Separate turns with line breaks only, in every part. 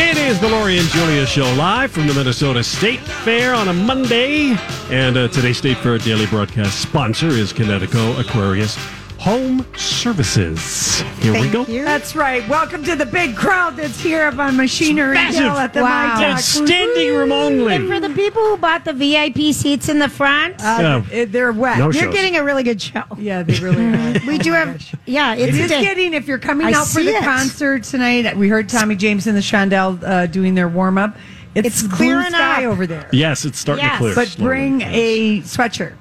It is the Lori and Julia Show live from the Minnesota State Fair on a Monday. And uh, today's State Fair daily broadcast sponsor is Connecticut Aquarius Home Services. Here we go.
That's right. Welcome to the big crowd that's here up on Machinery
Massive.
Hill at the
Wow.
My Talk.
Standing room
And for
only.
the people who bought the VIP seats in the front,
Yeah.
Uh, it- They're wet.
No
They're-
you're
shows.
getting a really good show.
yeah, they really are.
We do have, yeah, it's
It
a
is
day.
getting, if you're coming
I
out for
see
the
it.
concert tonight, we heard Tommy James and the Shondell uh, doing their warm up. It's,
It's
blue
clearing
sky
up.
over there.
Yes, it's starting to
Yes.
clear.
But
slowly.
bring a sweatshirt,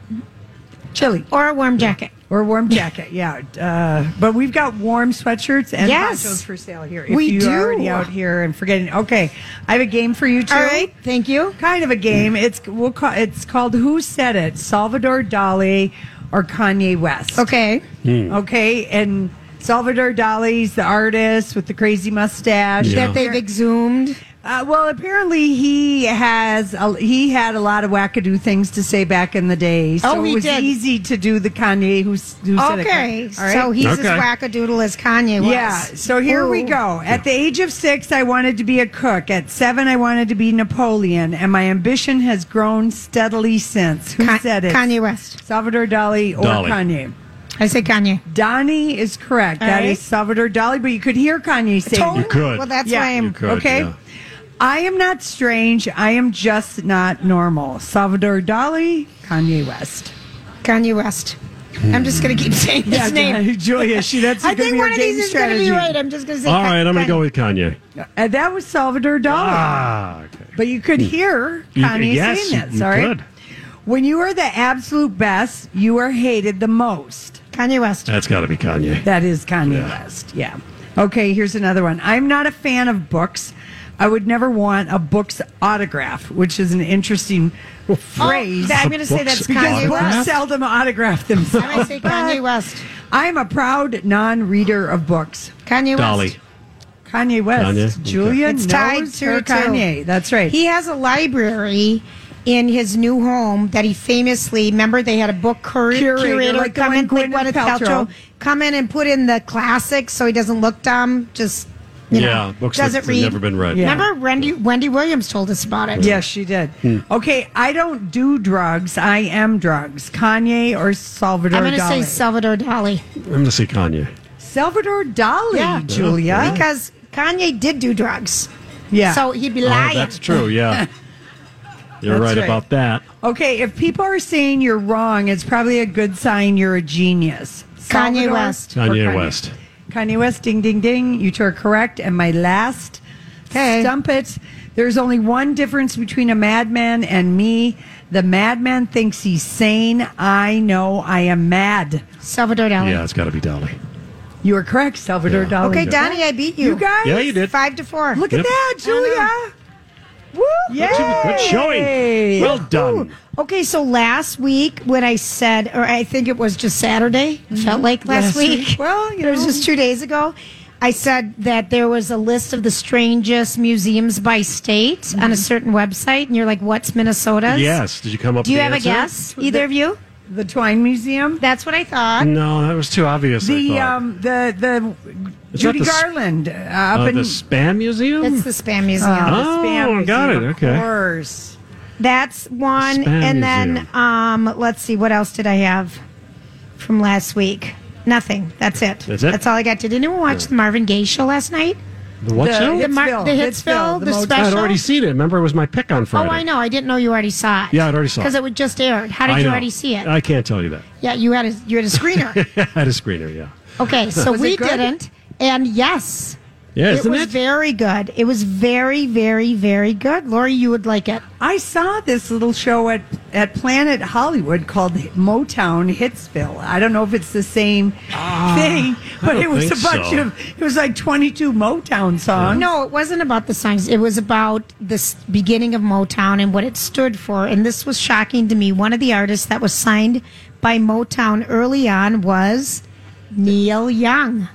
chili,
or a warm jacket.
or a warm jacket. Yeah. Uh, but we've got warm sweatshirts and
Yes.
ponchos for sale here. If
We
you
do.
are already out here and forgetting. Okay. I have a game for you, too.
All right, thank you.
kind of a game. It's we'll call it's called Who Said It? Salvador Dali or Kanye West?
Okay.
okay, and Salvador Dali's the artist with the crazy mustache.
Yeah.
That they've exhumed.
Uh, well, apparently he has a, he had a lot of wackadoo things to say back in the day, so
Oh, he
it was
did.
easy to do the Kanye Who, S- who Said It.
Okay,
All right?
so he's
Okay.
as wackadoodle as Kanye was.
Yeah. So here we
Ooh.
go. At the age of six, I wanted to be a cook. At seven, I wanted to be Napoleon, and my ambition has grown steadily since. Who
Ka-
said it?
Kanye West.
Salvador Dali or
Dali.
Kanye.
I say Kanye.
Donnie is correct. That is
right.
Salvador Dali, but you could hear Kanye saying.
Totally.
it.
could.
Well, that's
Yeah.
why I'm.
You could,
okay.
yeah.
I am not strange. I am just not normal. Salvador Dali, Kanye West.
Kanye West.
Hmm.
I'm just going to keep saying his name.
Julia. She that's.
I think one of these is going to be right.
right.
I'm just going to say
All right, I'm going to
Kanye.
go with Kanye.
And that was Salvador Dali.
Ah, okay.
But you could hear
You-
Kanye
yes,
saying this.
you
all right.
could.
When you are the absolute best, you are hated the most.
Kanye West.
That's got to be Kanye.
That is Kanye West. Yeah. Okay, here's another one. I'm not a fan of books. I would never want a book's autograph, which is an interesting phrase.
Oh, that- I'm going to say
Books
that's
and
Kanye
autographs?
Books
West.
seldom autograph themselves.
I'm going to say Kanye West.
I'm a proud non-reader of books.
Kanye West.
Dolly.
Kanye West,
Kanye?
Julia
It's
knows
tied to
her
it, too.
Kanye. That's right.
He has a library in his new home that he famously remember they had a book cur-
Curator,
curator,
like the
come
one
in like
Gwyneth
Gwyneth
Paltrow.
Paltrow. come in and put in the classics so he doesn't look dumb. Just you
Yeah,
know,
books
doesn't
that have
read.
never been read.
Yeah.
Remember Wendy Wendy Williams told us about it.
yes, she did.
Hmm.
Okay, I don't do drugs. I am drugs. Kanye or Salvador
I'm going to say
Dali?
Salvador Dali
I'm going to say Kanye.
Salvador Dali,
Yeah.
Julia.
because Kanye did do drugs.
Yeah.
So he'd be
Oh,
lying.
that's true, yeah. You're
That's
right,
right.
about that.
Okay, if people are saying you're wrong, it's probably a good sign you're a genius.
Kanye West.
or
Kanye West.
Kanye West, ding, ding, ding. You two are correct. And my last
Okay.
stump it. There's only one difference between a madman and me. The madman thinks he's sane. I know I am mad.
Salvador Dali.
Yeah, it's got to be Dolly.
You are correct, Salvador
Yeah.
Dali.
Okay, Donnie, I beat you.
Oh, You guys?
Yeah, you did.
Five to four.
Look
Yep.
at that, Julia. Woo!
Good- Good showing. Well done.
Okay, so last week when I said, or I think it was just Saturday, it felt like last week.
Mm-hmm. Well, you
it was
know.
just two days ago. I said that there was a list of the strangest museums by state on
Mm-hmm.
a certain website, and you're like, "What's Minnesota's?"
Yes. Did you come up
Do
with
you
the
have
answer?
a guess? Either of you?
The Twine Museum.
That's what I
Mm.
thought.
No, that was too obvious. I
The
thought.
um the the
Is that
Judy
the sp-
Garland uh, up
Uh,
in
the Spam Museum?
It's the Spam Museum.
the
Oh,
Spam
got
Museum,
it.
of
Okay.
course.
That's one,
Spam
and
Museum.
then um, let's see, what else did I have from last week? Nothing. That's it.
That's it?
all I got. Did anyone watch the Marvin Gaye show last night?
The what show?
The Mar-
Hitsville,
the Hitsville, the
motel-
special-
I'd already seen it. Remember, it was my pick on
Oh,
Friday.
I know. I didn't know you already saw it.
Yeah, I'd already saw it.
Because it would just aired. How did
I
you
know.
already see it?
I can't tell you that.
yeah, you had a you had a screener.
I had a screener, yeah.
okay, so
Was it
we
good?
didn't. And yes,
Yeah,
it
isn't
was
it?
very good. It was very, very, very good. Lori, you would like it.
I saw this little show at, at Planet Hollywood called Motown Hitsville. I don't know if it's the same thing,
Ah,
but
don't
it was a
think
bunch
so.
of it was like twenty two Motown songs.
No, it wasn't about the songs. It was about the s- beginning of Motown and what it stood for. And this was shocking to me. One of the artists that was signed by Motown early on was Neil Young.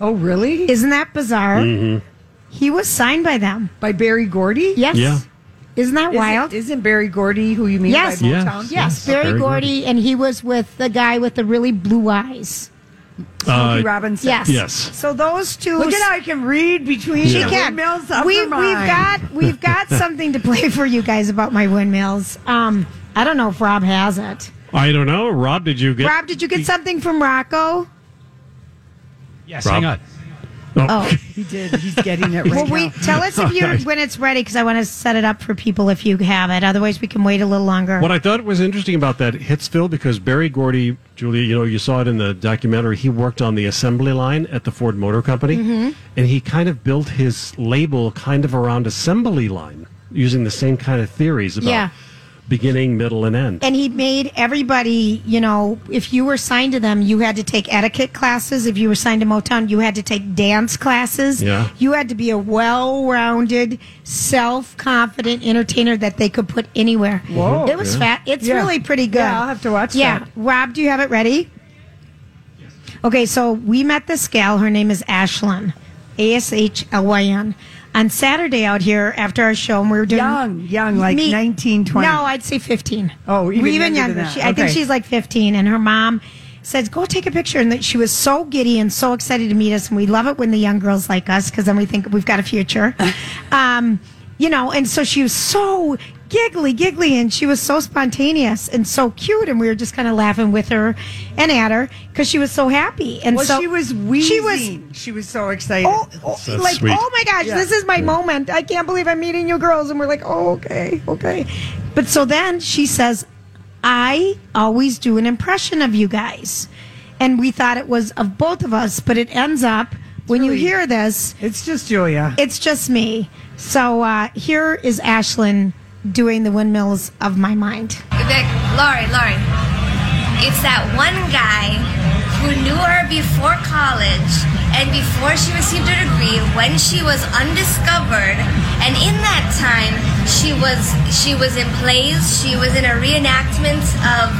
Oh, really?
Isn't that bizarre? He was signed by them.
by Barry Gordy?
Yes.
Yeah.
Isn't that
Isn't-
wild?
Isn't Barry Gordy who you mean
Yes.
by
Yes.
Motown?
yes,
Yeah.
Barry
Barry
Gordy, and he was with the guy with the really blue eyes.
Uh,
Smokey Robinson.
Uh, Yes.
Yes.
So those two.
Look at how I can read between
She
the
can.
windmills of
we,
her
we've
mind.
got we've got something to play for you guys about my windmills. Um, I don't know if Rob has it.
I don't know. Rob, did you get?
Rob, did you get something from Rocco?
Yes,
Rob?
hang on.
Oh,
He did. He's getting it right
well,
now.
we tell us if you are when it's ready because I want to set it up for people if you have it. Otherwise, we can wait a little longer.
What I thought was interesting about that Hitsville because Barry Gordy, Julia, you know, you saw it in the documentary. He worked on the assembly line at the Ford Motor Company, and he kind of built his label kind of around assembly line using the same kind of theories about
Yeah.
beginning, middle, and end.
and he made everybody, you know, if you were signed to them, you had to take etiquette classes. If you were signed to Motown, you had to take dance classes.
Yeah.
You had to be a well rounded, self confident entertainer that they could put anywhere. Whoa. It was fat. It's
Yeah.
really pretty good.
Yeah, I'll have to watch
Yeah.
that.
Rob, do you have it ready? Okay, so we met this gal. Her name is Ashlyn, A S H L Y N. On Saturday out here after our show, and we were doing
Young, young, like
Me-
19, 20.
No, I'd say fifteen.
Oh, even younger than that.
She, I think
Okay.
she's like fifteen, and her mom says, "Go take a picture." And that she was so giddy and so excited to meet us, and we love it when the young girls like us because then we think we've got a future. um, you know, and so she was so giggly, giggly, and she was so spontaneous and so cute, and we were just kind of laughing with her and at her because she was so happy. And
well,
so
she was wheezing.
She was
She was so excited.
oh, oh,
That's
like
sweet.
oh my gosh,
Yeah.
this is my moment. I can't believe I'm meeting you girls, and we're like, oh okay, okay. But so then she says, I always do an impression of you guys, and we thought it was of both of us, but it ends up when you hear this,
It's just Julia.
it's just me. So uh, here is Ashlyn doing the windmills of my mind.
Oh
Vic, Lori, Lori. It's that one guy who knew her before college and before she received her degree when she was undiscovered and in that time she was she was in plays she was in a reenactment of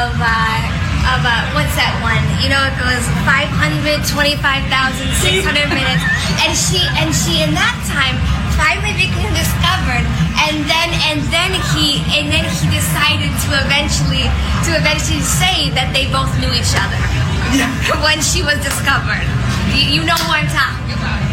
of uh, of uh, what's that one you know it was 525,600 minutes and she and she in that time finally became discovered and then and then he and then he decided to eventually to eventually say that they both knew each other when she was discovered you, you know who i'm talking about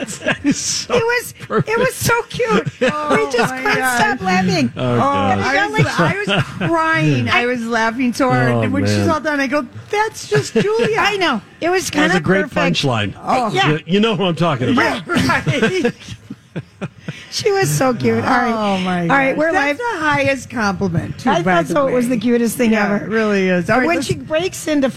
It was it was so cute. we just
Oh, my
couldn't
gosh.
stop laughing.
Oh,
gosh.
I, was, I was crying. I was laughing so hard.
Oh,
and when she's
man.
all done, I go, that's just Julia.
I know it was kind
That's a
of
great
perfect.
punchline.
Oh. Yeah.
You- you know who I'm talking about.
Yeah, right.
She was so cute. All right.
Oh my!
All right,
gosh.
we're
That's
live.
the highest compliment. Too,
I
by
thought
the
so. It was
way.
the cutest thing
Yeah,
ever.
it really is. All right,
when
let's-
she breaks into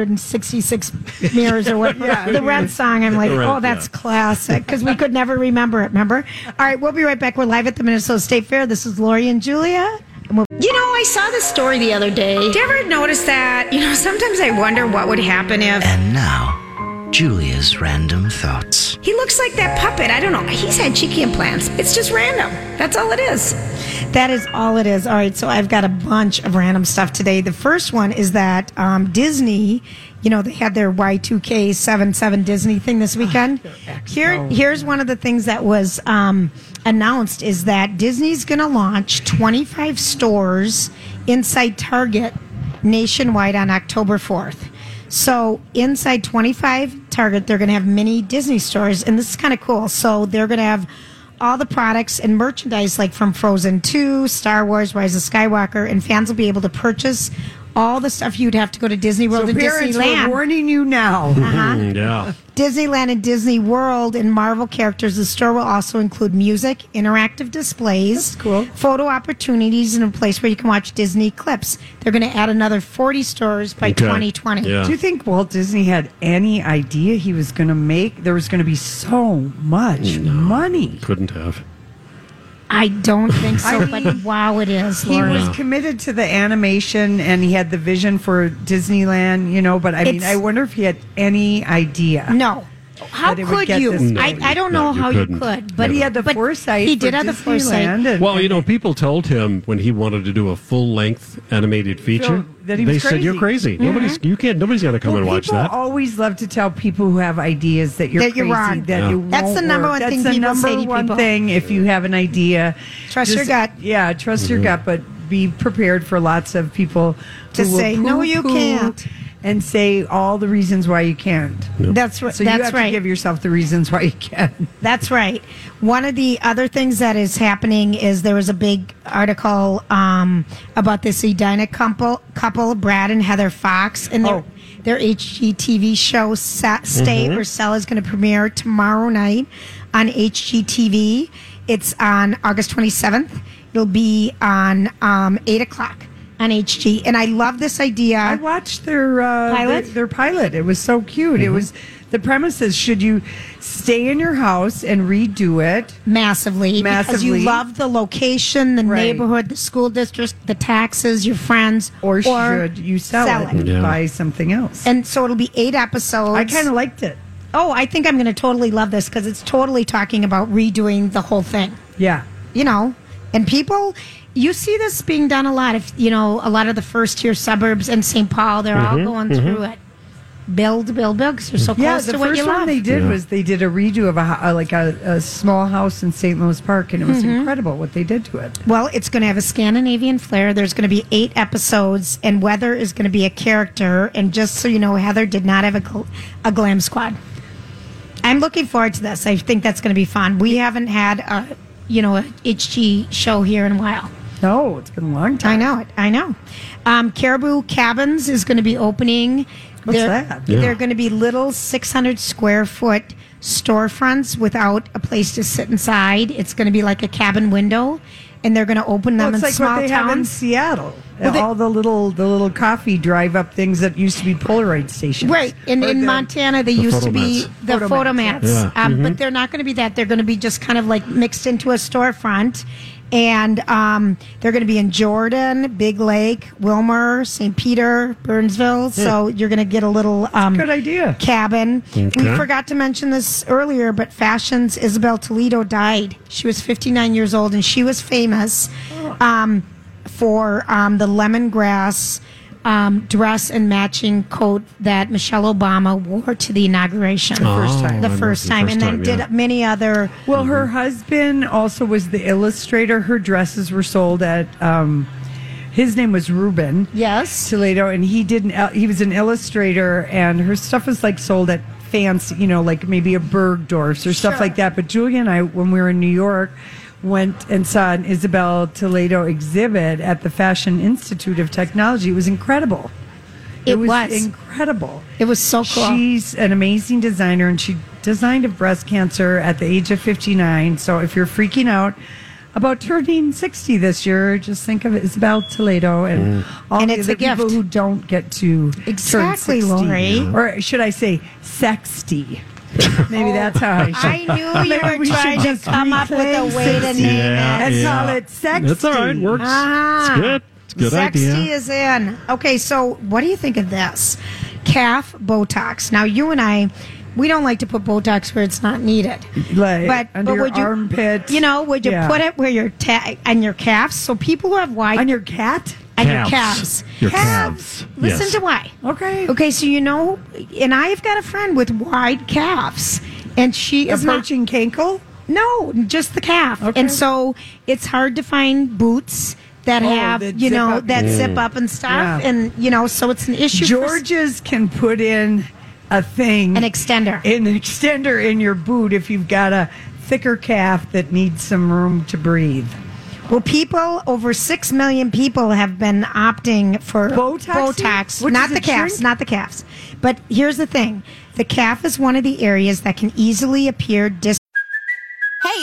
5,166 mirrors or whatever,
Yeah.
the Red song, I'm like,
The Red,
oh, that's classic because we could never remember it, remember? All right, we'll be right back. We're live at the Minnesota State Fair. This is Lori and Julia.
You know, I saw this story the other day. Did you ever notice that? You know, sometimes I wonder what would happen if.
And now, Julia's random thoughts.
He looks like that puppet. I don't know. He's had cheeky implants. It's just random. That's all it is.
That is all it is. All right, so I've got a bunch of random stuff today. The first one is that um, Disney, you know, they had their Y2K 77 Disney thing this weekend. Here, here's one of the things that was um, announced is that Disney's going to launch 25 stores inside Target nationwide on October 4th. So inside 25 Target, they're going to have mini Disney stores, and this is kind of cool. So they're going to have all the products and merchandise like from Frozen 2, Star Wars, Rise of Skywalker, and fans will be able to purchase all the stuff you'd have to go to Disney World
So
and
parents,
Disneyland.
we're warning you now.
Uh-huh.
Yeah.
Disneyland and Disney World and Marvel characters. The store will also include music, interactive displays, photo opportunities, and a place where you can watch Disney clips. They're going to add another 40 stores by 2020.
Do you think Walt Disney had any idea he was going to make? There was going to be so much money.
Couldn't have.
I don't think so,
I
but wow, it is.
He
Lori.
was committed to the animation and he had the vision for Disneyland, you know, but I mean,
It's-
I wonder if he had any idea.
No. How
that it would
could
get
you?
this
I,
big.
I don't know
you
how you
couldn't.
could,
But
but
he had the foresight.
He
for
did have the foresight.
Disneyland and-
Well, you know, people told him when he wanted to do a full length animated feature
that he
they
was
said you're crazy.
crazy."
Nobody's you can't nobody's going to come
Well,
and watch
people
that.
always love to tell people who have ideas that you're
That you're
crazy,
wrong.
That
Yeah.
you
That's
won't
the number
work.
one
That's
thing
the
people
number
say to
one
people.
thing. If you have an idea,
Trust your gut.
Yeah, trust
Mm-hmm.
your gut, but be prepared for lots of people
To
who will
say, "No, you
poo-poo
can't."
and say all the reasons why you can't.
That's right.
So you
that's
have to
right.
give yourself the reasons why you can.
That's right. One of the other things that is happening is there was a big article um, about this Edina couple, couple, Brad and Heather Fox, and their
Oh. Mm-hmm.
their HGTV show Sa Stay or Sell is going to premiere tomorrow night on HGTV. It's on August 27th. It'll be on um, eight o'clock on HG, and I love this idea.
I watched their uh,
Pilot?
Their, their pilot. It was so cute.
Mm-hmm.
It was the premise is should you stay in your house and redo it?
massively, because you
Massively.
love the location, the
Right.
neighborhood, the school district, the taxes, your friends,
Or, should you sell,
sell
it and
it.
Yeah.
buy something else?
And so it'll be eight episodes.
I kind of liked it.
Oh, I think I'm going to totally love this because it's totally talking about redoing the whole thing.
Yeah.
You know, and people. You see this being done a lot. If you know a lot of the first tier suburbs in St. Paul, they're all going through it. Build, build, build. Cause you're so
Yeah,
close
the
to what you
first
love.
one they did was they did a redo of a hou- uh, like a, a small house in St. Louis Park, and it
Mm-hmm.
was incredible what they did to it.
Well, it's going to have a Scandinavian flair. There's going to be eight episodes, and Weather is going to be a character. And just so you know, Heather did not have a, gl- a glam squad. I'm looking forward to this. I think that's going to be fun. We haven't had a, you know, a HG show here in a while.
No, it's been a long time.
I know it. I know. Um, Caribou Cabins is going to be opening.
What's
they're,
that?
Yeah.
They're going to be little 600 square foot storefronts without a place to sit inside. It's going to be like a cabin window, and they're going to open them
Well, Oh, it's
in
like
small
what they have in
towns.
Seattle.
Well, they-
all the little the little coffee drive up things that used to be Polaroid stations.
Right. And
Or
in
the-
Montana, they
The
used to
photo
be
mats.
the
Photo
photo
mats,
mats. Um, But they're not going to be that. They're going to be just kind of like mixed into a storefront. And um, they're going to be in Jordan, Big Lake, Wilmer, St. Peter, Burnsville. So you're going to get a little um,
Good idea.
cabin.
Okay.
We forgot to mention this earlier, but Fashion's Isabel Toledo died. She was 59 years old, and she was famous um, for um, the lemongrass um, dress and matching coat that Michelle Obama wore to the inauguration. The
first time.
The
I
first
know,
time,
the
and then
Oh, first time,
did
yeah.
many other.
Well, her husband also was the illustrator. Her dresses were sold at. Um, his name was Ruben.
Yes.
Toledo, and he didn't. He was an illustrator, and her stuff was like sold at fancy, you know, like maybe a Bergdorf's or stuff like that. But Julia and I, when we were in New York, went and saw an Isabel Toledo exhibit at the Fashion Institute of Technology. It was incredible.
It was.
incredible.
It was so cool.
She's an amazing designer, and she designed of breast cancer at the age of 59. So if you're freaking out about turning 60 this year, just think of Isabel Toledo and all
And
the
it's a
other people
gift.
who don't get to
Exactly,
turn 60.
Lori.
Or should I say, sexty? Maybe that's how I should.
Oh, I knew you
Maybe
were
we should
trying to
just
come up with a
reclaim
way to
sexy.
name it.
Let's
yeah.
call it sexy.
That's all right. Works.
Ah.
It's good. It's a good
Sexy
idea.
is in. Okay, so what do you think of this? Calf Botox. Now, you and I, we don't like to put Botox where it's not needed.
Like, under your armpit.
You know, would you
Yeah.
put it where your ta- on your calves? So people who have wide
On your cat?
on your
Calves.
calves.
Your calves.
Listen
Yes.
to why.
Okay.
Okay, so you know, and I've got a friend with wide calves, and she is not
Approaching cankle?
no, just the calf.
Okay.
And so it's hard to find boots that
Oh,
have,
that
you
zip
know,
up.
that zip up and stuff.
Yeah.
And, you know, so it's an issue. for-
Georges can put in a thing
An extender.
an extender in your boot if you've got a thicker calf that needs some room to breathe.
Well, people over six million people have been opting for
Botox?
Botox,
Which
not
is a
the calves,
shrink?
not the calves. But here's the thing: the calf is one of the areas that can easily appear dis.
Hey,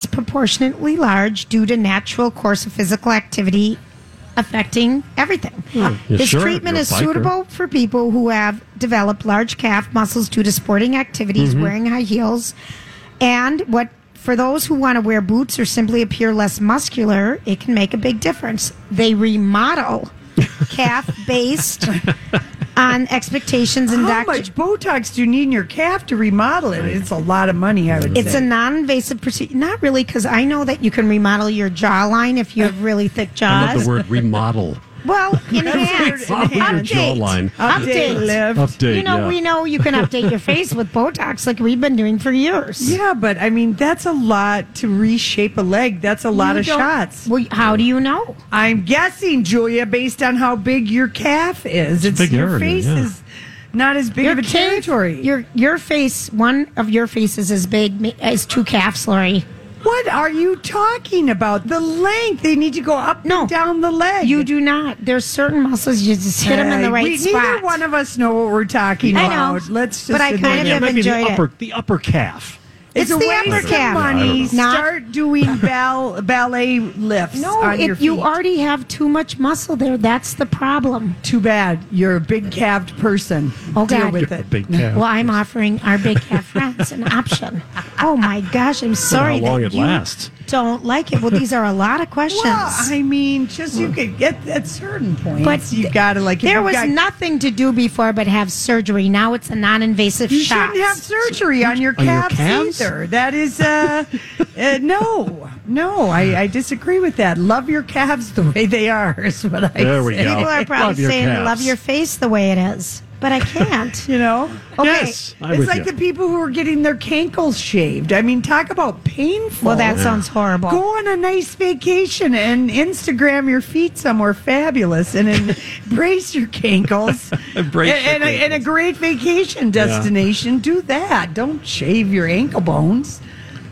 disproportionately large due to natural course of physical activity affecting everything.
Hmm.
Uh,
You
This
sure?
treatment
You're a
is
biker.
suitable for people who have developed large calf muscles due to sporting activities,
Mm-hmm.
Mhm.
wearing high heels, and what for those who want to wear boots or simply appear less muscular, it can make a big difference. They remodel calf based on expectations and
How
Oh
doctor-
much Botox do you need in your calf to remodel it? It's a lot of money, I would
It's
say.
a non-invasive procedure. Not really, because I know that you can remodel your jawline if you have really thick
I
jaws.
love the word remodel.
Well, enhance,
Remodel your
update,
jawline.
update,
Update, Update,
You know,
yeah.
we know you can update your face with Botox, like we've been doing for years.
Yeah, but I mean, that's a lot to reshape a leg. That's a lot
You
of
don't-
shots.
Well, how do you know?
I'm guessing, Julia, based on how big your calf is.
It's
It's,
a big
your
area,
face
yeah.
is not as big
Your
of a
cave-
territory.
Your your face, one of your faces is big ma- as two calves, Lori.
What are you talking about? The length. They need to go up and down the leg.
You do not. There's certain muscles you just hit them in the
Hey,
right
we,
spot.
Neither one of us know what we're talking
I know,
about. Let's just.
but I
admit
kind of
it.
have
Maybe the
enjoyed it.
upper, the upper calf.
It's,
It's
a
the
waste
upper
of
calf. I
money.
don't know.
Start doing bal- ballet lifts.
No,
on your
if you
feet.
already have too much muscle there, that's the problem.
Too bad. You're a big calved person.
Oh,
Deal
God.
with
You're
it.
Big calf.
Well, I'm offering our big calf friends an option. Oh my gosh, I'm sorry.
how long
that
it
you
lasts.
Don't like it. Well, these are a lot of questions.
Well, I mean, just you could get at certain points.
But
you gotta like. if
there
you've
was
got-
nothing to do before but have surgery. Now it's a non-invasive
You
shot.
shouldn't have surgery on your
On your
calves,
calves?
either. That is, uh, uh, no, no, I, I disagree with that. Love your calves the way they are is what I
There we
say.
go.
People are
Love
probably
your
saying,
calves.
"Love your face the way it is," but I can't.
You know,
Okay.
Yes, I'm
it's
with
like
you.
the people who are getting their cankles shaved. I mean, talk about painful.
Well, that sounds horrible.
Go on a nice vacation and Instagram your feet somewhere fabulous and en- embrace your cankles.
Embrace your
and, and, a, and a great vacation destination. Do that. Don't shave your ankle bones.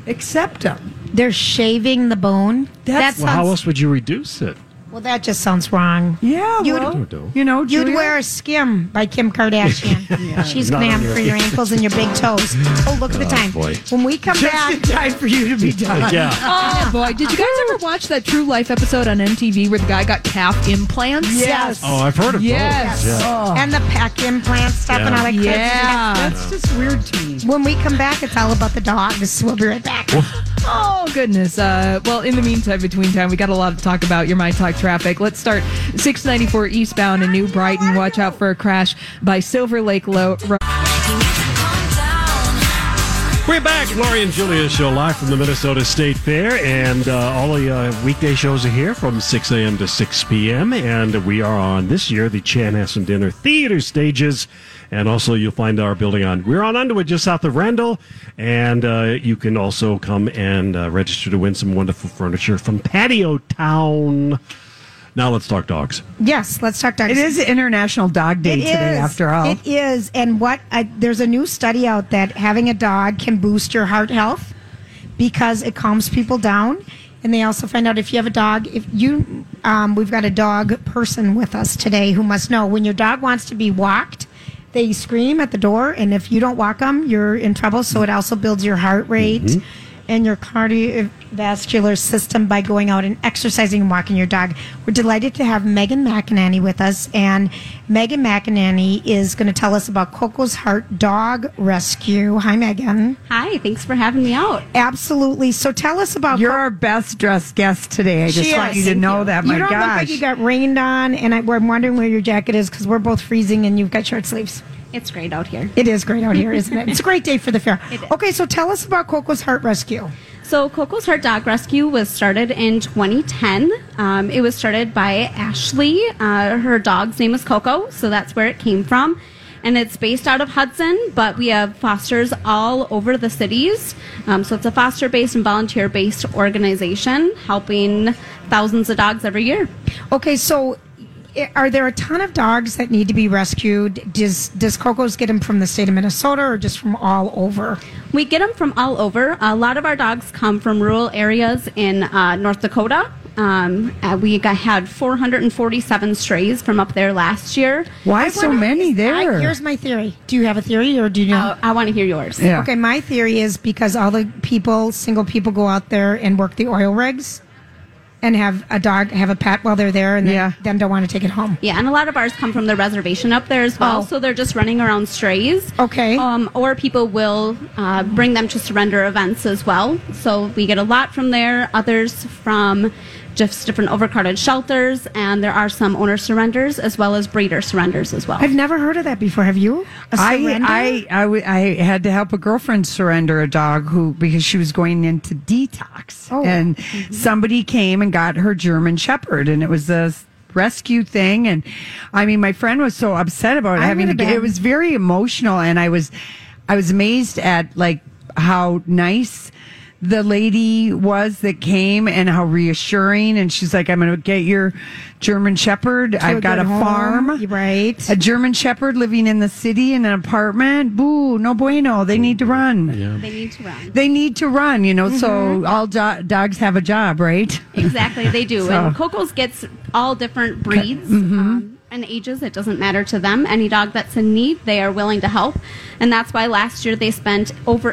Accept them.
They're shaving the bone.
That's-
That
Well, how
sounds-
else would you reduce it?
well, that just sounds wrong.
Yeah,
You'd-
well,
Don't do.
you know,
You'd
Oh, Julia,
wear a skim by Kim Kardashian. She's
Not
gonna
on
have
your-
for your ankles and your big toes. Oh, look at the time.
boy.
When we come
just
back,
in time for you to be done.
Yeah.
Oh boy, did you guys ever watch that True Life episode on MTV where the guy got calf implants?
Yes.
Oh, I've heard of
Yes.
those. Yeah.
Oh,
and the pec implant stuff and
Yeah.
all that crazy
Yeah.
that's
stuff.
just weird to me.
When we come back, it's all about the dogs. We'll be right back.
Oh goodness. Uh, well, in the meantime, between time, we got a lot to talk about. Your my talk traffic. Let's start 694 eastbound in New Brighton. Watch out for a crash by Silver Lake Low.
We're back, Lori and Julia show live from the Minnesota State Fair, and uh, all the uh, weekday shows are here from 6 a.m. to 6 p.m. And we are on this year the Chanhassen Dinner Theater stages, and also you'll find our building on we're on Underwood just south of Randall, and uh, you can also come and uh, register to win some wonderful furniture from Patio Town. Now let's talk dogs.
Yes, let's talk dogs.
It is International Dog Day
It
today,
is.
after all.
It is. And what I, there's a new study out that having a dog can boost your heart health because it calms people down. And they also find out if you have a dog, if you, um, we've got a dog person with us today who must know when your dog wants to be walked, they scream at the door. And if you don't walk them, you're in trouble. So it also builds your heart rate. and your cardiovascular system by going out and exercising and walking your dog. We're delighted to have Megan McEnany with us, and Megan McEnany is going to tell us about Coco's Heart Dog Rescue. Hi, Megan.
Hi, thanks for having me out.
Absolutely. So tell us about.
You're our best dressed guest today. I just
She
want
is.
you to
Thank
know that. My
you don't
gosh.
look like you got rained on, and I, we're wondering where your jacket is because we're both freezing, and you've got short sleeves.
It's great out here.
It is great out here, isn't it? It's a great day for the fair. Okay, so tell us about Coco's Heart Rescue.
So, Coco's Heart Dog Rescue was started in 2010. Um, it was started by Ashley. Uh, her dog's name is Coco, so that's where it came from. And it's based out of Hudson, but we have fosters all over the cities. Um, so, it's a foster based and volunteer based organization helping thousands of dogs every year.
Okay, so i- are there a ton of dogs that need to be rescued? Does does Coco's get them from the state of Minnesota or just from all over?
We get them from all over. A lot of our dogs come from rural areas in uh, North Dakota. Um, uh, we got, had 447 strays from up there last year.
I wonder- is- I- here's my theory. Do you have a theory, or do you know?
Uh, I want to hear yours.
Okay, my theory is because all the people, single people, go out there and work the oil rigs, and have a dog, have a pet while they're there, and then, then don't want to take it home.
Yeah, and a lot of ours come from the reservation up there as well,
Oh.
so they're just running around strays.
Okay.
Um, or people will uh, bring them to surrender events as well. So we get a lot from there, others from just different overcrowded shelters, and there are some owner surrenders as well as breeder surrenders as well.
I've never heard of that before. Have you? A surrender?
I, I, I, w- I had to help a girlfriend surrender a dog who because she was going into detox,
Oh.
and somebody came and got her German Shepherd, and it was a s- rescue thing. And I mean, my friend was so upset about
I
having to.
would've
get-
been.
It was very emotional, and I was, I was amazed at like how nice. The lady was that came and how reassuring, and she's like, "I'm going to get your German Shepherd.
To a
I've got
good
a
home,
farm,
right?
a German Shepherd living in the city in an apartment. Boo, no bueno. They need to run.
They need to run.
They need to run, you know.
Mm-hmm.
So all do- dogs have a job, right?
Exactly, they do. And
So-
Coco's gets all different breeds um, and ages. It doesn't matter to them. Any dog that's in need, they are willing to help. And that's why last year they spent over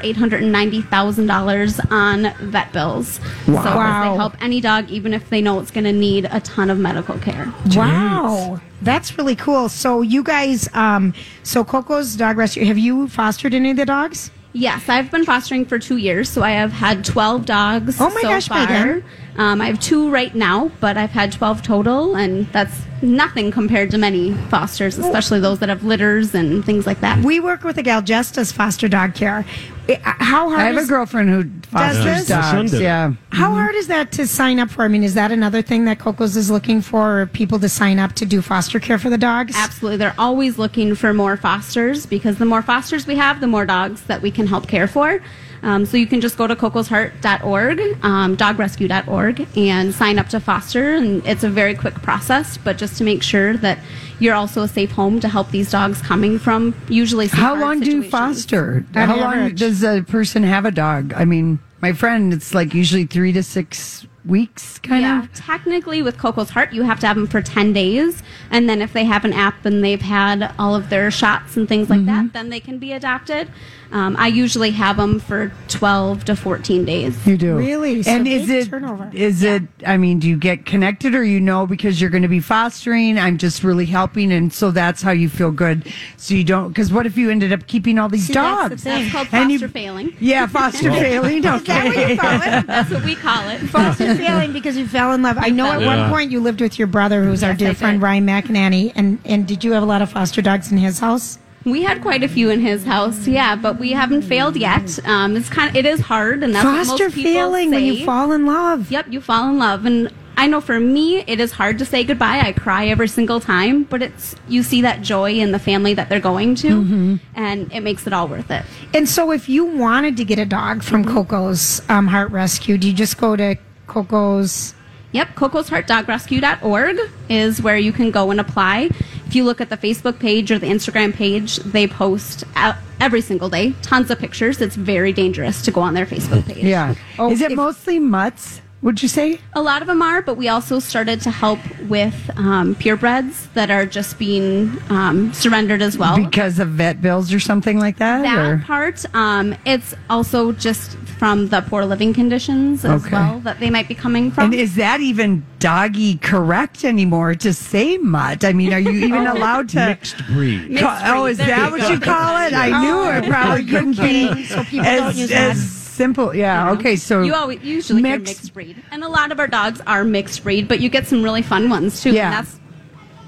$890,000 on vet bills.
Wow.
So
Wow.
they help any dog, even if they know it's going to need a ton of medical care.
Wow, that's really cool. So you guys, um, so Coco's Dog Rescue. Have you fostered any of the dogs?
Yes, I've been fostering for two years, so I have had 12 dogs.
Oh my
so
gosh,
far.
Megan.
Um, I have two right now, but I've had 12 total, and that's nothing compared to many fosters, especially those that have litters and things like that.
We work with a gal just as foster dog care. I- How hard?
I have a Mm-hmm.
is-
girlfriend who fosters
this? My son
dogs.
did it.
Yeah.
How hard is that to sign up for? I mean, is that another thing that Coco's is looking for, or people to sign up to do foster care for the dogs?
Absolutely. They're always looking for more fosters because the more fosters we have, the more dogs that we can help care for. Um, so you can just go to cocosheart.org, um, dogrescue.org, and sign up to foster. And it's a very quick process, but just to make sure that you're also a safe home to help these dogs coming from usually. some
How
hard
long do you
situations.
foster?
On
How long
average.
does a person have a dog? I mean, my friend, it's like usually three to six weeks, kind
yeah,
of.
technically with Coco's Heart, you have to have them for 10 days. And then if they have an app and they've had all of their shots and things like
Mm-hmm.
that, then they can be adopted. Um, I usually have them for 12 to 14 days.
You do
Really? So
and
big
is it
turnover.
is it? I mean, do you get connected, or you know because you're going to be fostering? I'm just really helping, and so that's how you feel good. So you don't because what if you ended up keeping all these
See, that's the
dogs?
thing. That's called
And you-
foster failing.
Yeah, foster
Well-
failing. Okay.
Is that what you call it? That's what we call it.
Foster failing because you fell in love. I know at
Yeah.
one point you lived with your brother, who's our
Yes, I
dear friend
did.
Ryan McEnany, and and did you have a lot of foster dogs in his house?
We had quite a few in his house, yeah, but we haven't failed yet. Um, it's kind of it is hard, and that's what
Foster
most people
failing when you fall in love.
Yep, you fall in love, and I know for me it is hard to say goodbye. I cry every single time, but it's you see that joy in the family that they're going to, and it makes it all worth it.
And so, if you wanted to get a dog from
Mm-hmm.
Coco's um, Heart Rescue, do you just go to Coco's?
Yep, cocosheartdogrescue.org is where you can go and apply. If you look at the Facebook page or the Instagram page, they post out every single day tons of pictures. It's very dangerous to go on their Facebook page.
Yeah. is it mostly mutts? Would you say?
A lot of them are, but we also started to help with um, purebreds that are just being um, surrendered as well.
Because of vet bills or something like that?
that
or?
part, um, it's also just from the poor living conditions as
Okay.
well that they might be coming from.
And is that even doggy correct anymore to say mutt? I mean, are you even
Oh.
allowed to
Mixed
breed? oh, is
Mixed breed,
that
there you
what
go.
you call it? I knew
Oh.
it probably
You're
couldn't
kidding.
be
So people don't
as,
use that.
as simple. Yeah. Okay. So
you always usually mixed, mixed breed, and a lot of our dogs are mixed breed, but you get some really fun ones too.
Yeah.
and that's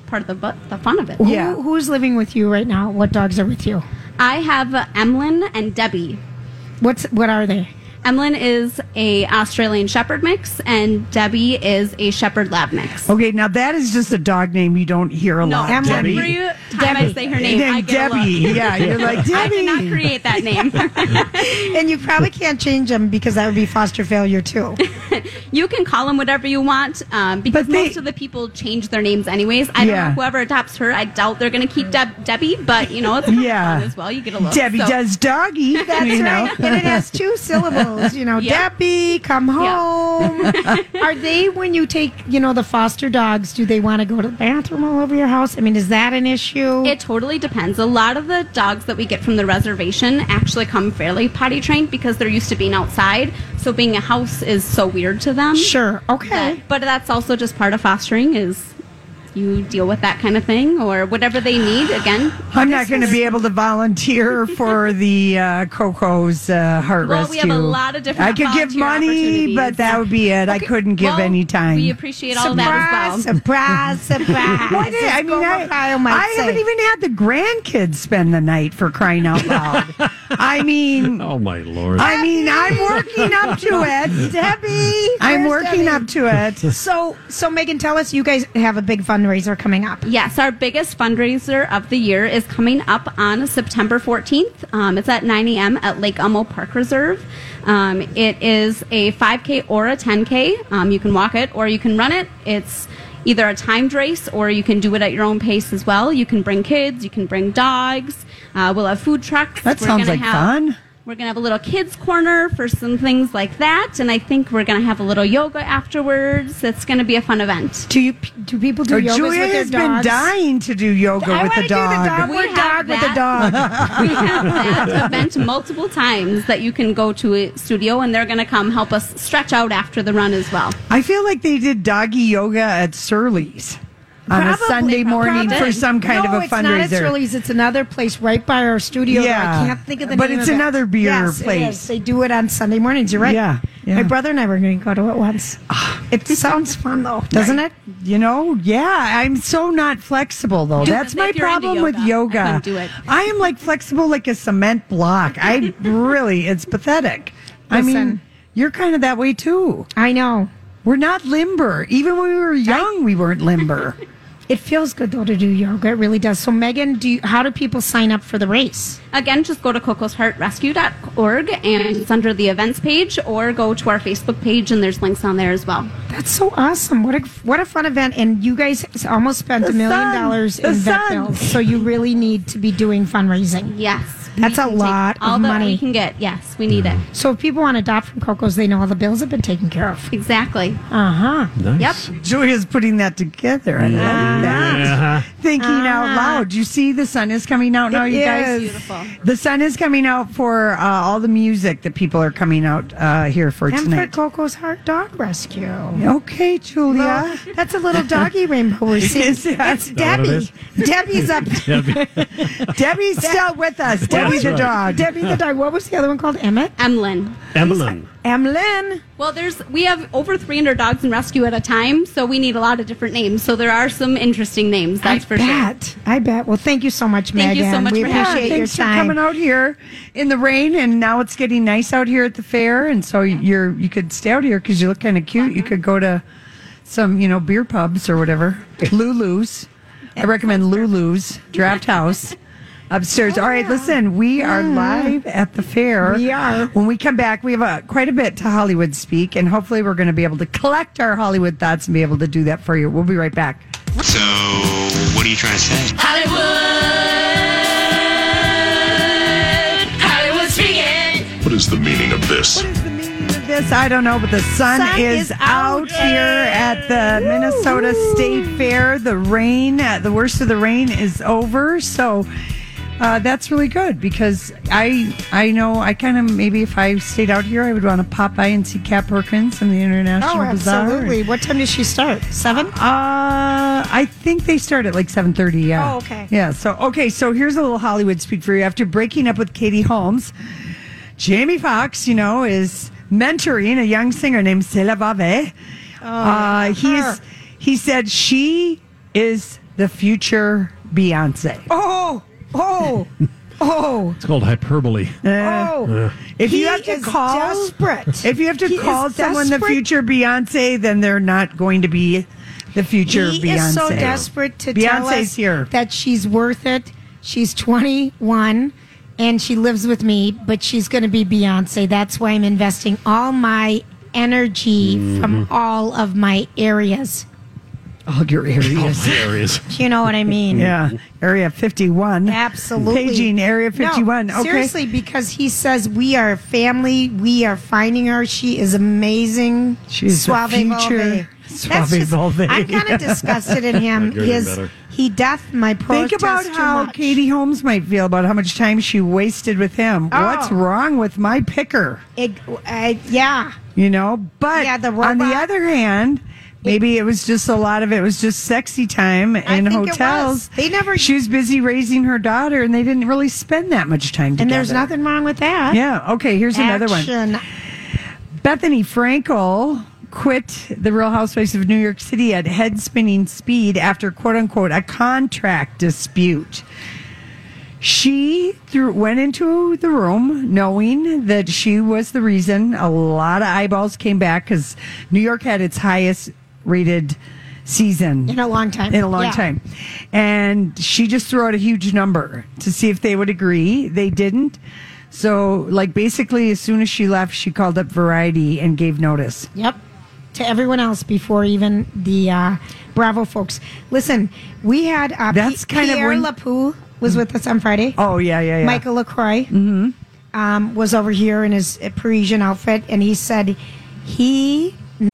part of the bu- the fun of it.
Who, Who's living with you right now? What dogs are with you?
I have uh, Emlyn and Debbie.
What's what are they?
Emlyn is a Australian Shepherd mix, and Debbie is a Shepherd Lab mix.
Okay, now that is just a dog name you don't hear a
No,
lot.
every
Debbie.
time I say her name,
Then
I get a
Debbie.
look.
Yeah, you're like
I
Debbie.
did not create that name.
and you probably can't change them because that would be foster failure too.
You can call them whatever you want um, because most of the people change their names anyways. I don't
Yeah.
know whoever adopts her. I doubt they're going to keep Deb- Debbie, but you know it's kind
Yeah.
of fun as well. You get a look.
Debbie
So-
does doggy.
That's
you know.
right. And it has two syllables, you know,
Yeah.
Debbie, come home. Are they when you take, you know, the foster dogs, do they want to go to the bathroom all over your house? I mean, is that an issue?
It totally depends. A lot of the dogs that we get from the reservation actually come fairly potty trained because they're used to being outside. So being a house is so weird to them.
Sure. Okay.
but that's also just part of fostering is you deal with that kind of thing or whatever they need. Again,
I'm not going to be able to volunteer for the uh, Coco's uh, heart
Well, we
rescue.
have a lot of different
I could give
volunteer
money, but that would be it. I couldn't give
Well,
any time.
we appreciate all that as well.
Surprise, surprise.
What is- I
As
mean, I,
Kyle might
I haven't
say.
even had the grandkids spend the night for crying out loud. I mean,
Oh my lord!
I mean, I'm working up to it.
Debbie.
I'm
where's
working up to it.
So, so Megan, tell us you guys have a big fundraiser coming up.
Yes, our biggest fundraiser of the year is coming up on September 14th. Um, it's at 9 a.m. at Lake Elmo Park Reserve. Um, it is a 5K or a 10K. Um, you can walk it or you can run it. It's either a timed race or you can do it at your own pace as well. You can bring kids, you can bring dogs. Uh, we'll have food trucks.
That
We're
sounds
gonna
like fun.
We're going to have a little kids' corner for some things like that. And I think we're going to have a little yoga afterwards. It's going to be a fun event.
Do you, do people do
So
yogas
Oh, Julia
with their
has been
dogs?
dying to do yoga
I
with
wanna
the
do the
dog.
dog with-
We have
dog with a
that- we have that event multiple times that you can go to a studio and they're going to come help us stretch out after the run as well.
I feel like they did doggy yoga at Surly's on a
Probably-
Sunday morning
probably.
for some kind
No,
of a
it's not at
fundraiser.
Shirley's. It's another place right by our studio.
Yeah.
I can't think of the
But
name
it's
of it.
another beer
Yes, it
place.
is. They do it on Sunday mornings. You're right.
Yeah, yeah.
My brother and I were going to go to it once. it sounds fun, though, doesn't it?
You know, yeah, I'm so not flexible though.
Yeah,
That's
if
my
you're into
problem with
yoga,
yoga.
I couldn't do it.
I am like flexible like a cement block. I really, it's pathetic. I mean,
Listen.
you're kind of that way too.
I know.
We're not limber. Even when we were young, we weren't limber.
It feels good though to do yoga. It really does. So, Megan, do you, how do people sign up for the race?
Again, just go to cocosheartrescue.org and it's under the events page or go to our Facebook page and there's links on there as well.
That's so awesome! What a what a fun event! And you guys almost spent
The
a million
sun.
dollars
The
in vet
sun.
bills, so you really need to be doing fundraising.
Yes.
That's
we
a
can take
lot
all
of
that
money.
we can get. Yes, we need it.
So if people want to adopt from Coco's, they know all the bills have been taken care of.
Exactly.
Uh huh.
Nice.
Yep.
Julia's putting that together. I love that.
Yeah.
Thinking
Uh-huh.
out loud. You see, the sun is coming out now,
It
you guys.
is.
Beautiful.
The sun is coming out for uh, all the music that people are coming out uh, here for
And for
tonight.
Coco's Heart Dog Rescue.
okay, Julia.
Well, that's a little doggy rainbow we're seeing.
Is that-
It's Debbie. Debbie's up.
Debbie's still with us. Debbie the
right.
dog.
Debbie the dog. What was the other one called? Emmett?
Emlyn.
Emlyn.
Emlyn.
Well, there's we have over 300 dogs in rescue at a time, so we need a lot of different names. So there are some interesting names, that's
I
for sure.
bet. I bet. Well, thank you so much,
Thank you
Megan.
so much
we
for
appreciate
having me.
your
Thanks for
time.
coming out here in the rain, and now it's getting nice out here at the fair, and so you're you could stay out here because you look kind of cute. You could go to some you know beer pubs or whatever. Lulu's, I recommend Lulu's Draft House. Upstairs. All right, listen, we are live at the fair.
We are.
When we come back, we have a, quite a bit to Hollywood speak, and hopefully, we're going to be able to collect our Hollywood thoughts and be able to do that for you. We'll be right back.
So, what are you trying to say?
Hollywood, Hollywood speaking.
What is the meaning of this?
What is the meaning of this? Venus. I don't know, but the sun,
Sun
is,
is
out
out.
here at the Minnesota State Fair. The rain, uh, the worst of the rain is over. So uh, that's really good because I I know I kind of maybe if I stayed out here, I would want to pop by and see Cap Perkins from the International
Oh,
Bazaar.
absolutely. What time does she start? Seven?
Uh, I think they start at like seven thirty. Yeah.
Oh, okay.
Yeah. So okay. So here's a little Hollywood speak for you. After breaking up with Katie Holmes, Jamie Foxx, you know, is mentoring a young singer named Cela Bave.
Oh,
uh, he's he said she is the future Beyonce.
Oh, oh, oh.
It's called hyperbole.
Oh.
Uh, If
He
you have to
is
call
desperate.
if you have to
He is
call someone the
desperate.
future Beyonce, then they're not going to be the future
he
Beyonce.
is so desperate to
Beyonce's
tell us
here.
that she's worth it. She's 21 and she lives with me, but she's going to be Beyonce. That's why I'm investing all my energy from
Mm-hmm.
all of my areas.
All your areas.
There is.
Do you know what I mean?
Yeah, Area 51.
Absolutely.
Paging Area 51.
No,
okay.
Seriously, because he says we are family. We are finding her. She is amazing.
She's the
Suave
future
Volve.
Suave
That's just-
Volve.
I'm kind of disgusted in him.
Like you're
His,
better.
he doth my protest
Think about
too
how
much.
Katie Holmes might feel about how much time she wasted with him.
Oh.
What's wrong with my picker?
It, uh, yeah.
You know, but
Yeah, the
on the
robot.
other hand, maybe it was just a lot of it was just sexy time in
think it
hotels.
was. They never-
She was busy raising her daughter, and they didn't really spend that much time together.
And there's nothing wrong with that.
Yeah. Okay. Here's another one.
Action.
Bethany Frankel quit the Real Housewives of New York City at head spinning speed after quote unquote a contract dispute. She threw, went into the room knowing that she was the reason a lot of eyeballs came back because New York had its highest rated season
In a long time.
in a long
Yeah.
time. And she just threw out a huge number to see if they would agree. They didn't. So, like, basically, as soon as she left, she called up Variety and gave notice.
Yep. To everyone else before even the uh, Bravo folks. Listen, we had uh,
That's kind of
Pierre
when-
Lapou was with us on Friday.
Oh, yeah, yeah, Mm-hmm. yeah.
Michael Lacroix um, was over here in his uh, Parisian outfit, and he said he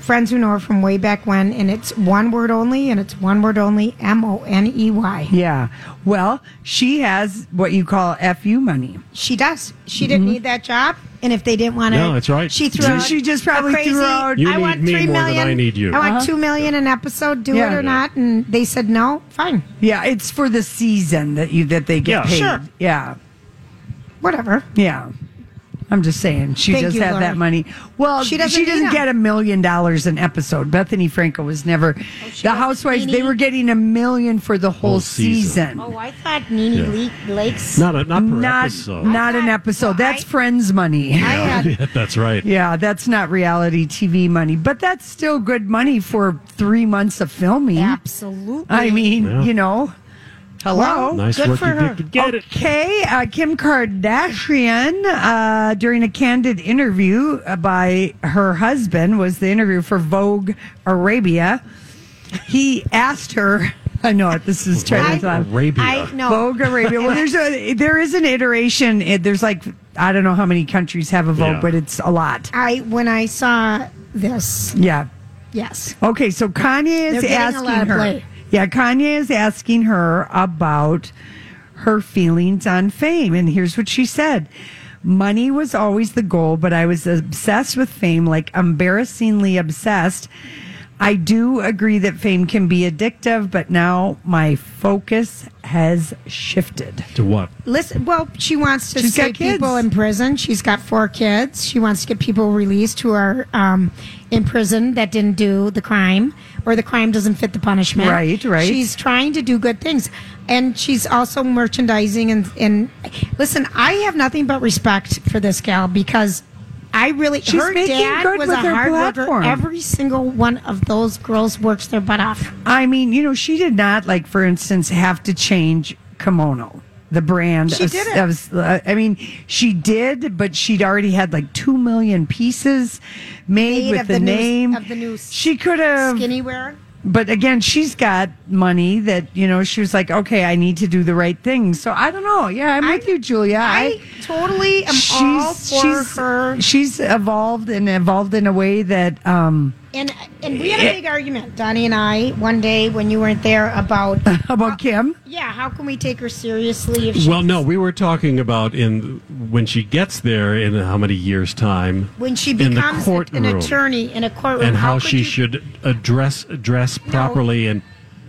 friends who know her from way back when, and it's one word only, and it's one word only M O N E Y.
Yeah. Well, she has what you call FU money.
She does. She
Mm-hmm.
didn't need that job, and if they didn't want to,
No, that's right.
She threw.
She-
out
she just
a
probably
crazy,
threw out- You
I
need
want
me
three
more than
million.
I need you."
I
Uh-huh.
want two million an episode. Do
Yeah.
it or not, and they said no. Fine,
Yeah, it's for the season that you that they get
Yeah.
paid.
Sure.
Yeah.
whatever.
Yeah. I'm just saying she
Thank
does
you,
have
Lori.
that money. Well, she
She
doesn't,
doesn't
she
need
doesn't
them.
get a million dollars an episode. Bethany Frankel was never
Oh,
the Housewives. They were getting a million for the whole,
Whole
season.
season.
Oh, I thought Nene
Yeah.
Le- Lakes.
Not a, not per
Not
episode.
not an episode. That's friends money.
I had
Yeah, that's right.
Yeah, that's not reality TV money, but that's still good money for three months of filming.
absolutely.
I mean,
Yeah.
you know, hello.
Well,
Nice
Good
work
for
you
her.
did to get it.
Okay, uh, Kim Kardashian, uh, during a candid interview uh, by her husband, was the interview for Vogue Arabia. He asked her, I know it, this is trying to
Arabia.
I know.
Vogue Arabia. Well, there's a there is an iteration. It, there's like I don't know how many countries have a Vogue,
Yeah.
but it's a lot.
I when I saw this,
Yeah.
yes,
Okay, so Kanye
They're
is
getting a
asking
lot of
her.
play.
Yeah, Kanye is asking her about her feelings on fame, and here's what she said: "Money was always the goal, but I was obsessed with fame, like embarrassingly obsessed." I do agree that fame can be addictive, but now my focus has shifted.
To what?
Listen, well, she wants to
She's got
save
kids.
people in prison. She's got four kids. She wants to get people released who are um, in prison that didn't do the crime or the crime doesn't fit the punishment.
Right, right.
She's trying to do good things. And she's also merchandising and, and listen, I have nothing but respect for this gal because I really
She's
her
making
dad
good
was
with
a
her
hard
platform.
worker. Every single one of those girls works their butt off.
I mean, you know, she did not like, for instance, have to change kimono. The brand,
She
of-
didn't.
of- uh, I mean, she did, but she'd already had like two million pieces made,
Made
with
of
the,
the new-
name
of the new
She could have
Skinny wear.
but again, she's got money that you know. She was like, okay, I need to do the right thing. So I don't know. Yeah, I'm with you, Julia. I,
totally am all for
she's,
her.
She's evolved and evolved in a way that. um
And and we had a big argument, Donnie and I, one day when you weren't there about
about Kim.
Yeah, how can we take her seriously if she
Well, no, we were talking about in when she gets there in how many years' time
when she
in the
becomes an
courtroom
attorney in a courtroom
and how,
could
she
you,
should address address properly and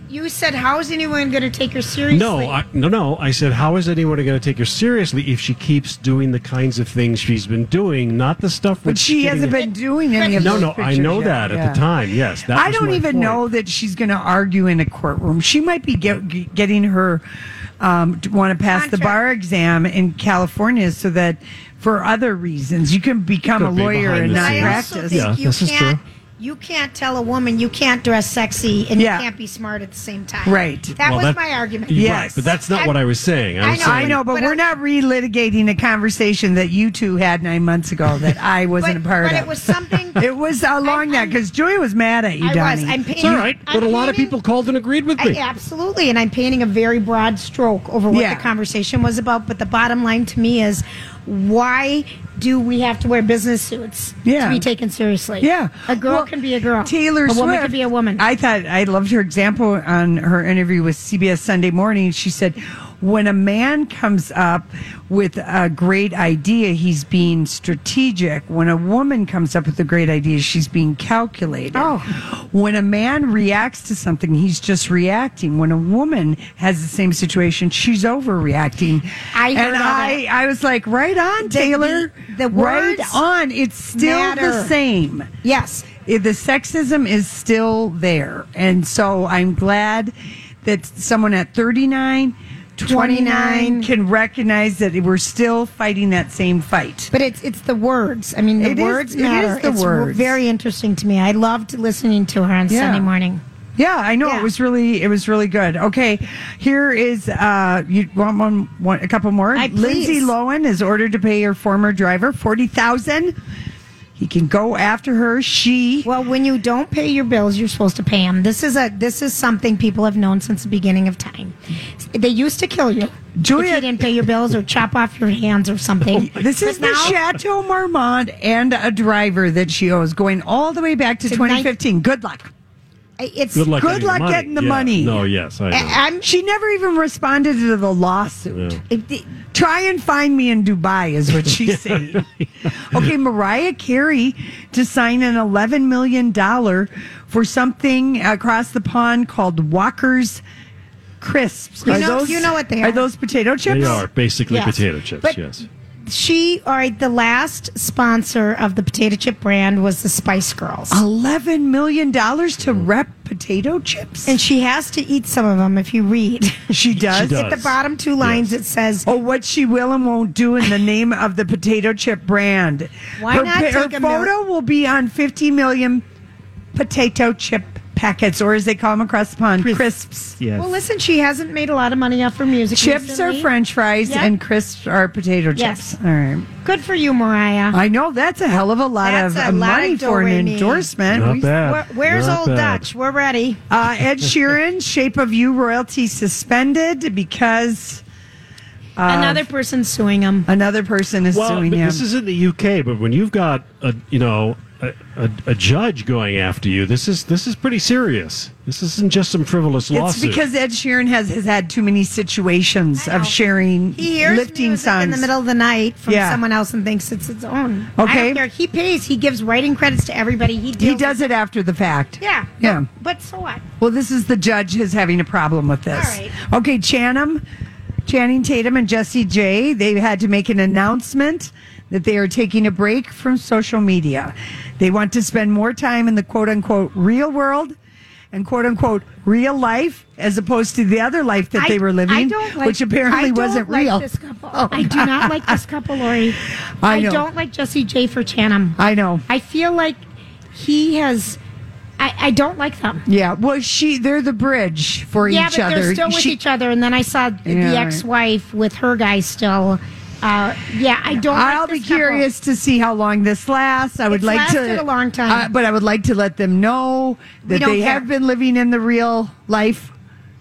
You said how is anyone going to take her seriously?
no, I, no, no. I said, how is anyone going to take her seriously if she keeps doing the kinds of things she's been doing, not the stuff?
But
that's
she
getting
hasn't
her-
been doing any of
No,
those
no. I
pictures
know
yet.
that at
Yeah.
the time. Yes, that
I
was
don't
my
even
point.
know that she's going to argue in a courtroom. She might be get, g- getting her um, want to pass the bar exam in California so that for other reasons you can become
Could
a
be
lawyer
behind
and
the
not
scenes.
practice.
I also
Yeah,
think you
this is true.
can't you can't tell a woman you can't dress sexy and
Yeah.
you can't be smart at the same time.
Right.
That
Well,
was
that-
my argument.
Right, but that's not what I was saying. I was saying,
I know, but, we're not relitigating a conversation that you two had nine months ago that I wasn't a part
but
of.
it was something
It was along that because Julia was mad at you,
I was.
Donnie.
I'm It's all painting- right, I'm but a lot of painting-
people called and agreed with
I, absolutely, and I'm painting a very broad stroke over what
Yeah.
the conversation was about. But the bottom line to me is, why do we have to wear business suits
Yeah.
to be taken seriously?
Yeah.
a girl
Well,
can be a girl.
Taylor
a
Swift.
woman can be a woman.
I thought I loved her example on her interview with CBS Sunday Morning. She said, "When a man comes up with a great idea, he's being strategic. When a woman comes up with a great idea, she's being calculated.
Oh.
When a man reacts to something, he's just reacting. When a woman has the same situation, she's overreacting."
I heard
and
all
I, I was like, "Right on, Taylor.
the
right
words
on. It's still the
matter.
same."
Yes.
it- the sexism is still there. And so I'm glad that someone at 39, 29,
29.
can recognize that we're still fighting that same fight.
But it's it's the words. I mean, the
It is-
words
it is
matter.
the
it's
words.
very interesting to me. I loved listening to her on
Yeah.
Sunday morning.
Yeah, I know
Yeah.
it was really it was really good. Okay, here is uh you want one, one a couple more.
I-
Lindsay
please.
Lohan is ordered to pay her former driver 40,000. He can go after her. She
Well, when you don't pay your bills, you're supposed to pay them. This is a this is something people have known since the beginning of time. They used to kill you
Julia- Oh,
if you didn't pay your bills or chop off your hands or something.
This is the Chateau Marmont and a driver that she owes going all the way back to
To
2015. Good luck.
eh, It's
Good luck,
Good
getting,
luck
the money.
getting the
Yeah.
money.
No, yes, I know.
I- I'm
She never even responded to the lawsuit.
Yeah.
it- it-
Try and find me in Dubai is what she's saying. okay, Mariah Carey to sign an $11 million for something across the pond called Walker's Crisps.
You know- you know what they
Are
are.
those potato chips?
They are basically
Yes.
potato chips.
But-
yes.
she all right. The last sponsor of the potato chip brand was the Spice Girls,
Oh. $11 million to rep potato chips?
and she has to eat some of them. If you read
She does.
She does.
at the bottom two lines, it says
Oh, what she will and won't do in the name of the potato chip brand.
Why
her,
not
pi- her
take a mil-
photo will be on 50 million potato chip packets, or as they call them across the pond, crisps.
Yes.
Well, listen, she hasn't made a lot of money off her music.
Chips are
recently.
french fries
Yep.
and crisps are potato
Yes.
chips. All right.
Good for you, Mariah.
I know that's a hell of a lot
That's
of
a
uh,
lot
money
of
for an
do-re-mi.
endorsement.
Not
We-
bad.
Where, where's
Not
Old
bad.
Dutch? We're ready.
Uh, Ed Sheeran, Shape of You royalty suspended because
Another person suing him.
another person is
Well,
suing
but
him.
this is in the UK, but when you've got a you know a, a, a judge going after you. This is this is pretty serious. This isn't just some frivolous
It's
lawsuit.
because Ed Sheeran has, has had too many situations of sharing
He hears
lifting
music
songs
in the middle of the night from
Yeah.
someone else and thinks it's its own. I
Okay.
don't care. He pays. He gives writing credits to everybody. He
He
deals.
does it after the fact.
Yeah.
Yeah.
But so what?
Well, this is the judge is having a problem with this.
All right.
Okay, Channing, Channing Tatum and Jesse J, they had to make an announcement that they are taking a break from social media. They want to spend more time in the quote unquote real world and quote unquote real life as opposed to the other life that
I-
they were living,
I don't like-
which apparently
I don't
wasn't
like
real.
This couple. I do not like this couple, Lori.
I know.
don't like Jesse J for Chanum.
I know.
I feel like he has. I, I don't like them.
Yeah, well, she they're the bridge for
yeah,
each
but
other.
they're still with
She-
each other. And then I saw
Yeah,
the
right.
ex-wife with her guy still. Uh, yeah, I don't. like
I'll
this
be
couple.
curious to see how long this lasts. I would
It's
like
lasted
to
a long time.
uh, but I would like to let them know
We
that
don't
they
care.
have been living in the real life.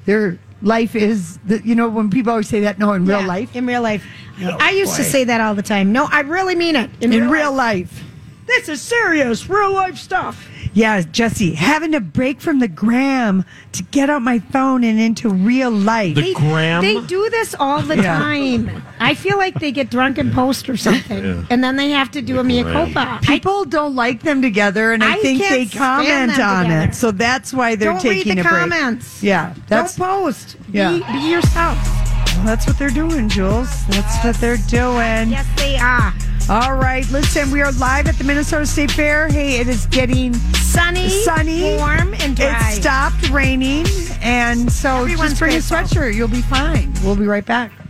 Their life is, the, you know, when people always say that, no, in real
Yeah,
life,
In real life.
No,
I used to
boy.
say that all the time. No, I really mean it.
in, real life.
This is serious, real life stuff.
Yeah, Jesse, having a break from the gram to get out my phone and into real life.
The gram?
They do this all the
Yeah.
time. I feel like they get drunk and post or something,
Yeah.
and then they have to do a mea
gram.
culpa. I
People don't like them together, and I,
I
think
can't
they
stand
comment
them
on
together.
it. So that's why they're
Don't read
taking
the
a break.
comments.
Yeah, that's
don't post.
Yeah.
Be, be yourself.
Well, that's what they're doing, Jules. That's what they're doing.
Yes, they are.
All right, listen, we are live at the Minnesota State Fair. Hey, it is getting
Sunny,
sunny,
warm, and dry.
It stopped raining, and so
Everyone's
just bring
grateful.
a sweatshirt. You'll be fine. We'll be right back.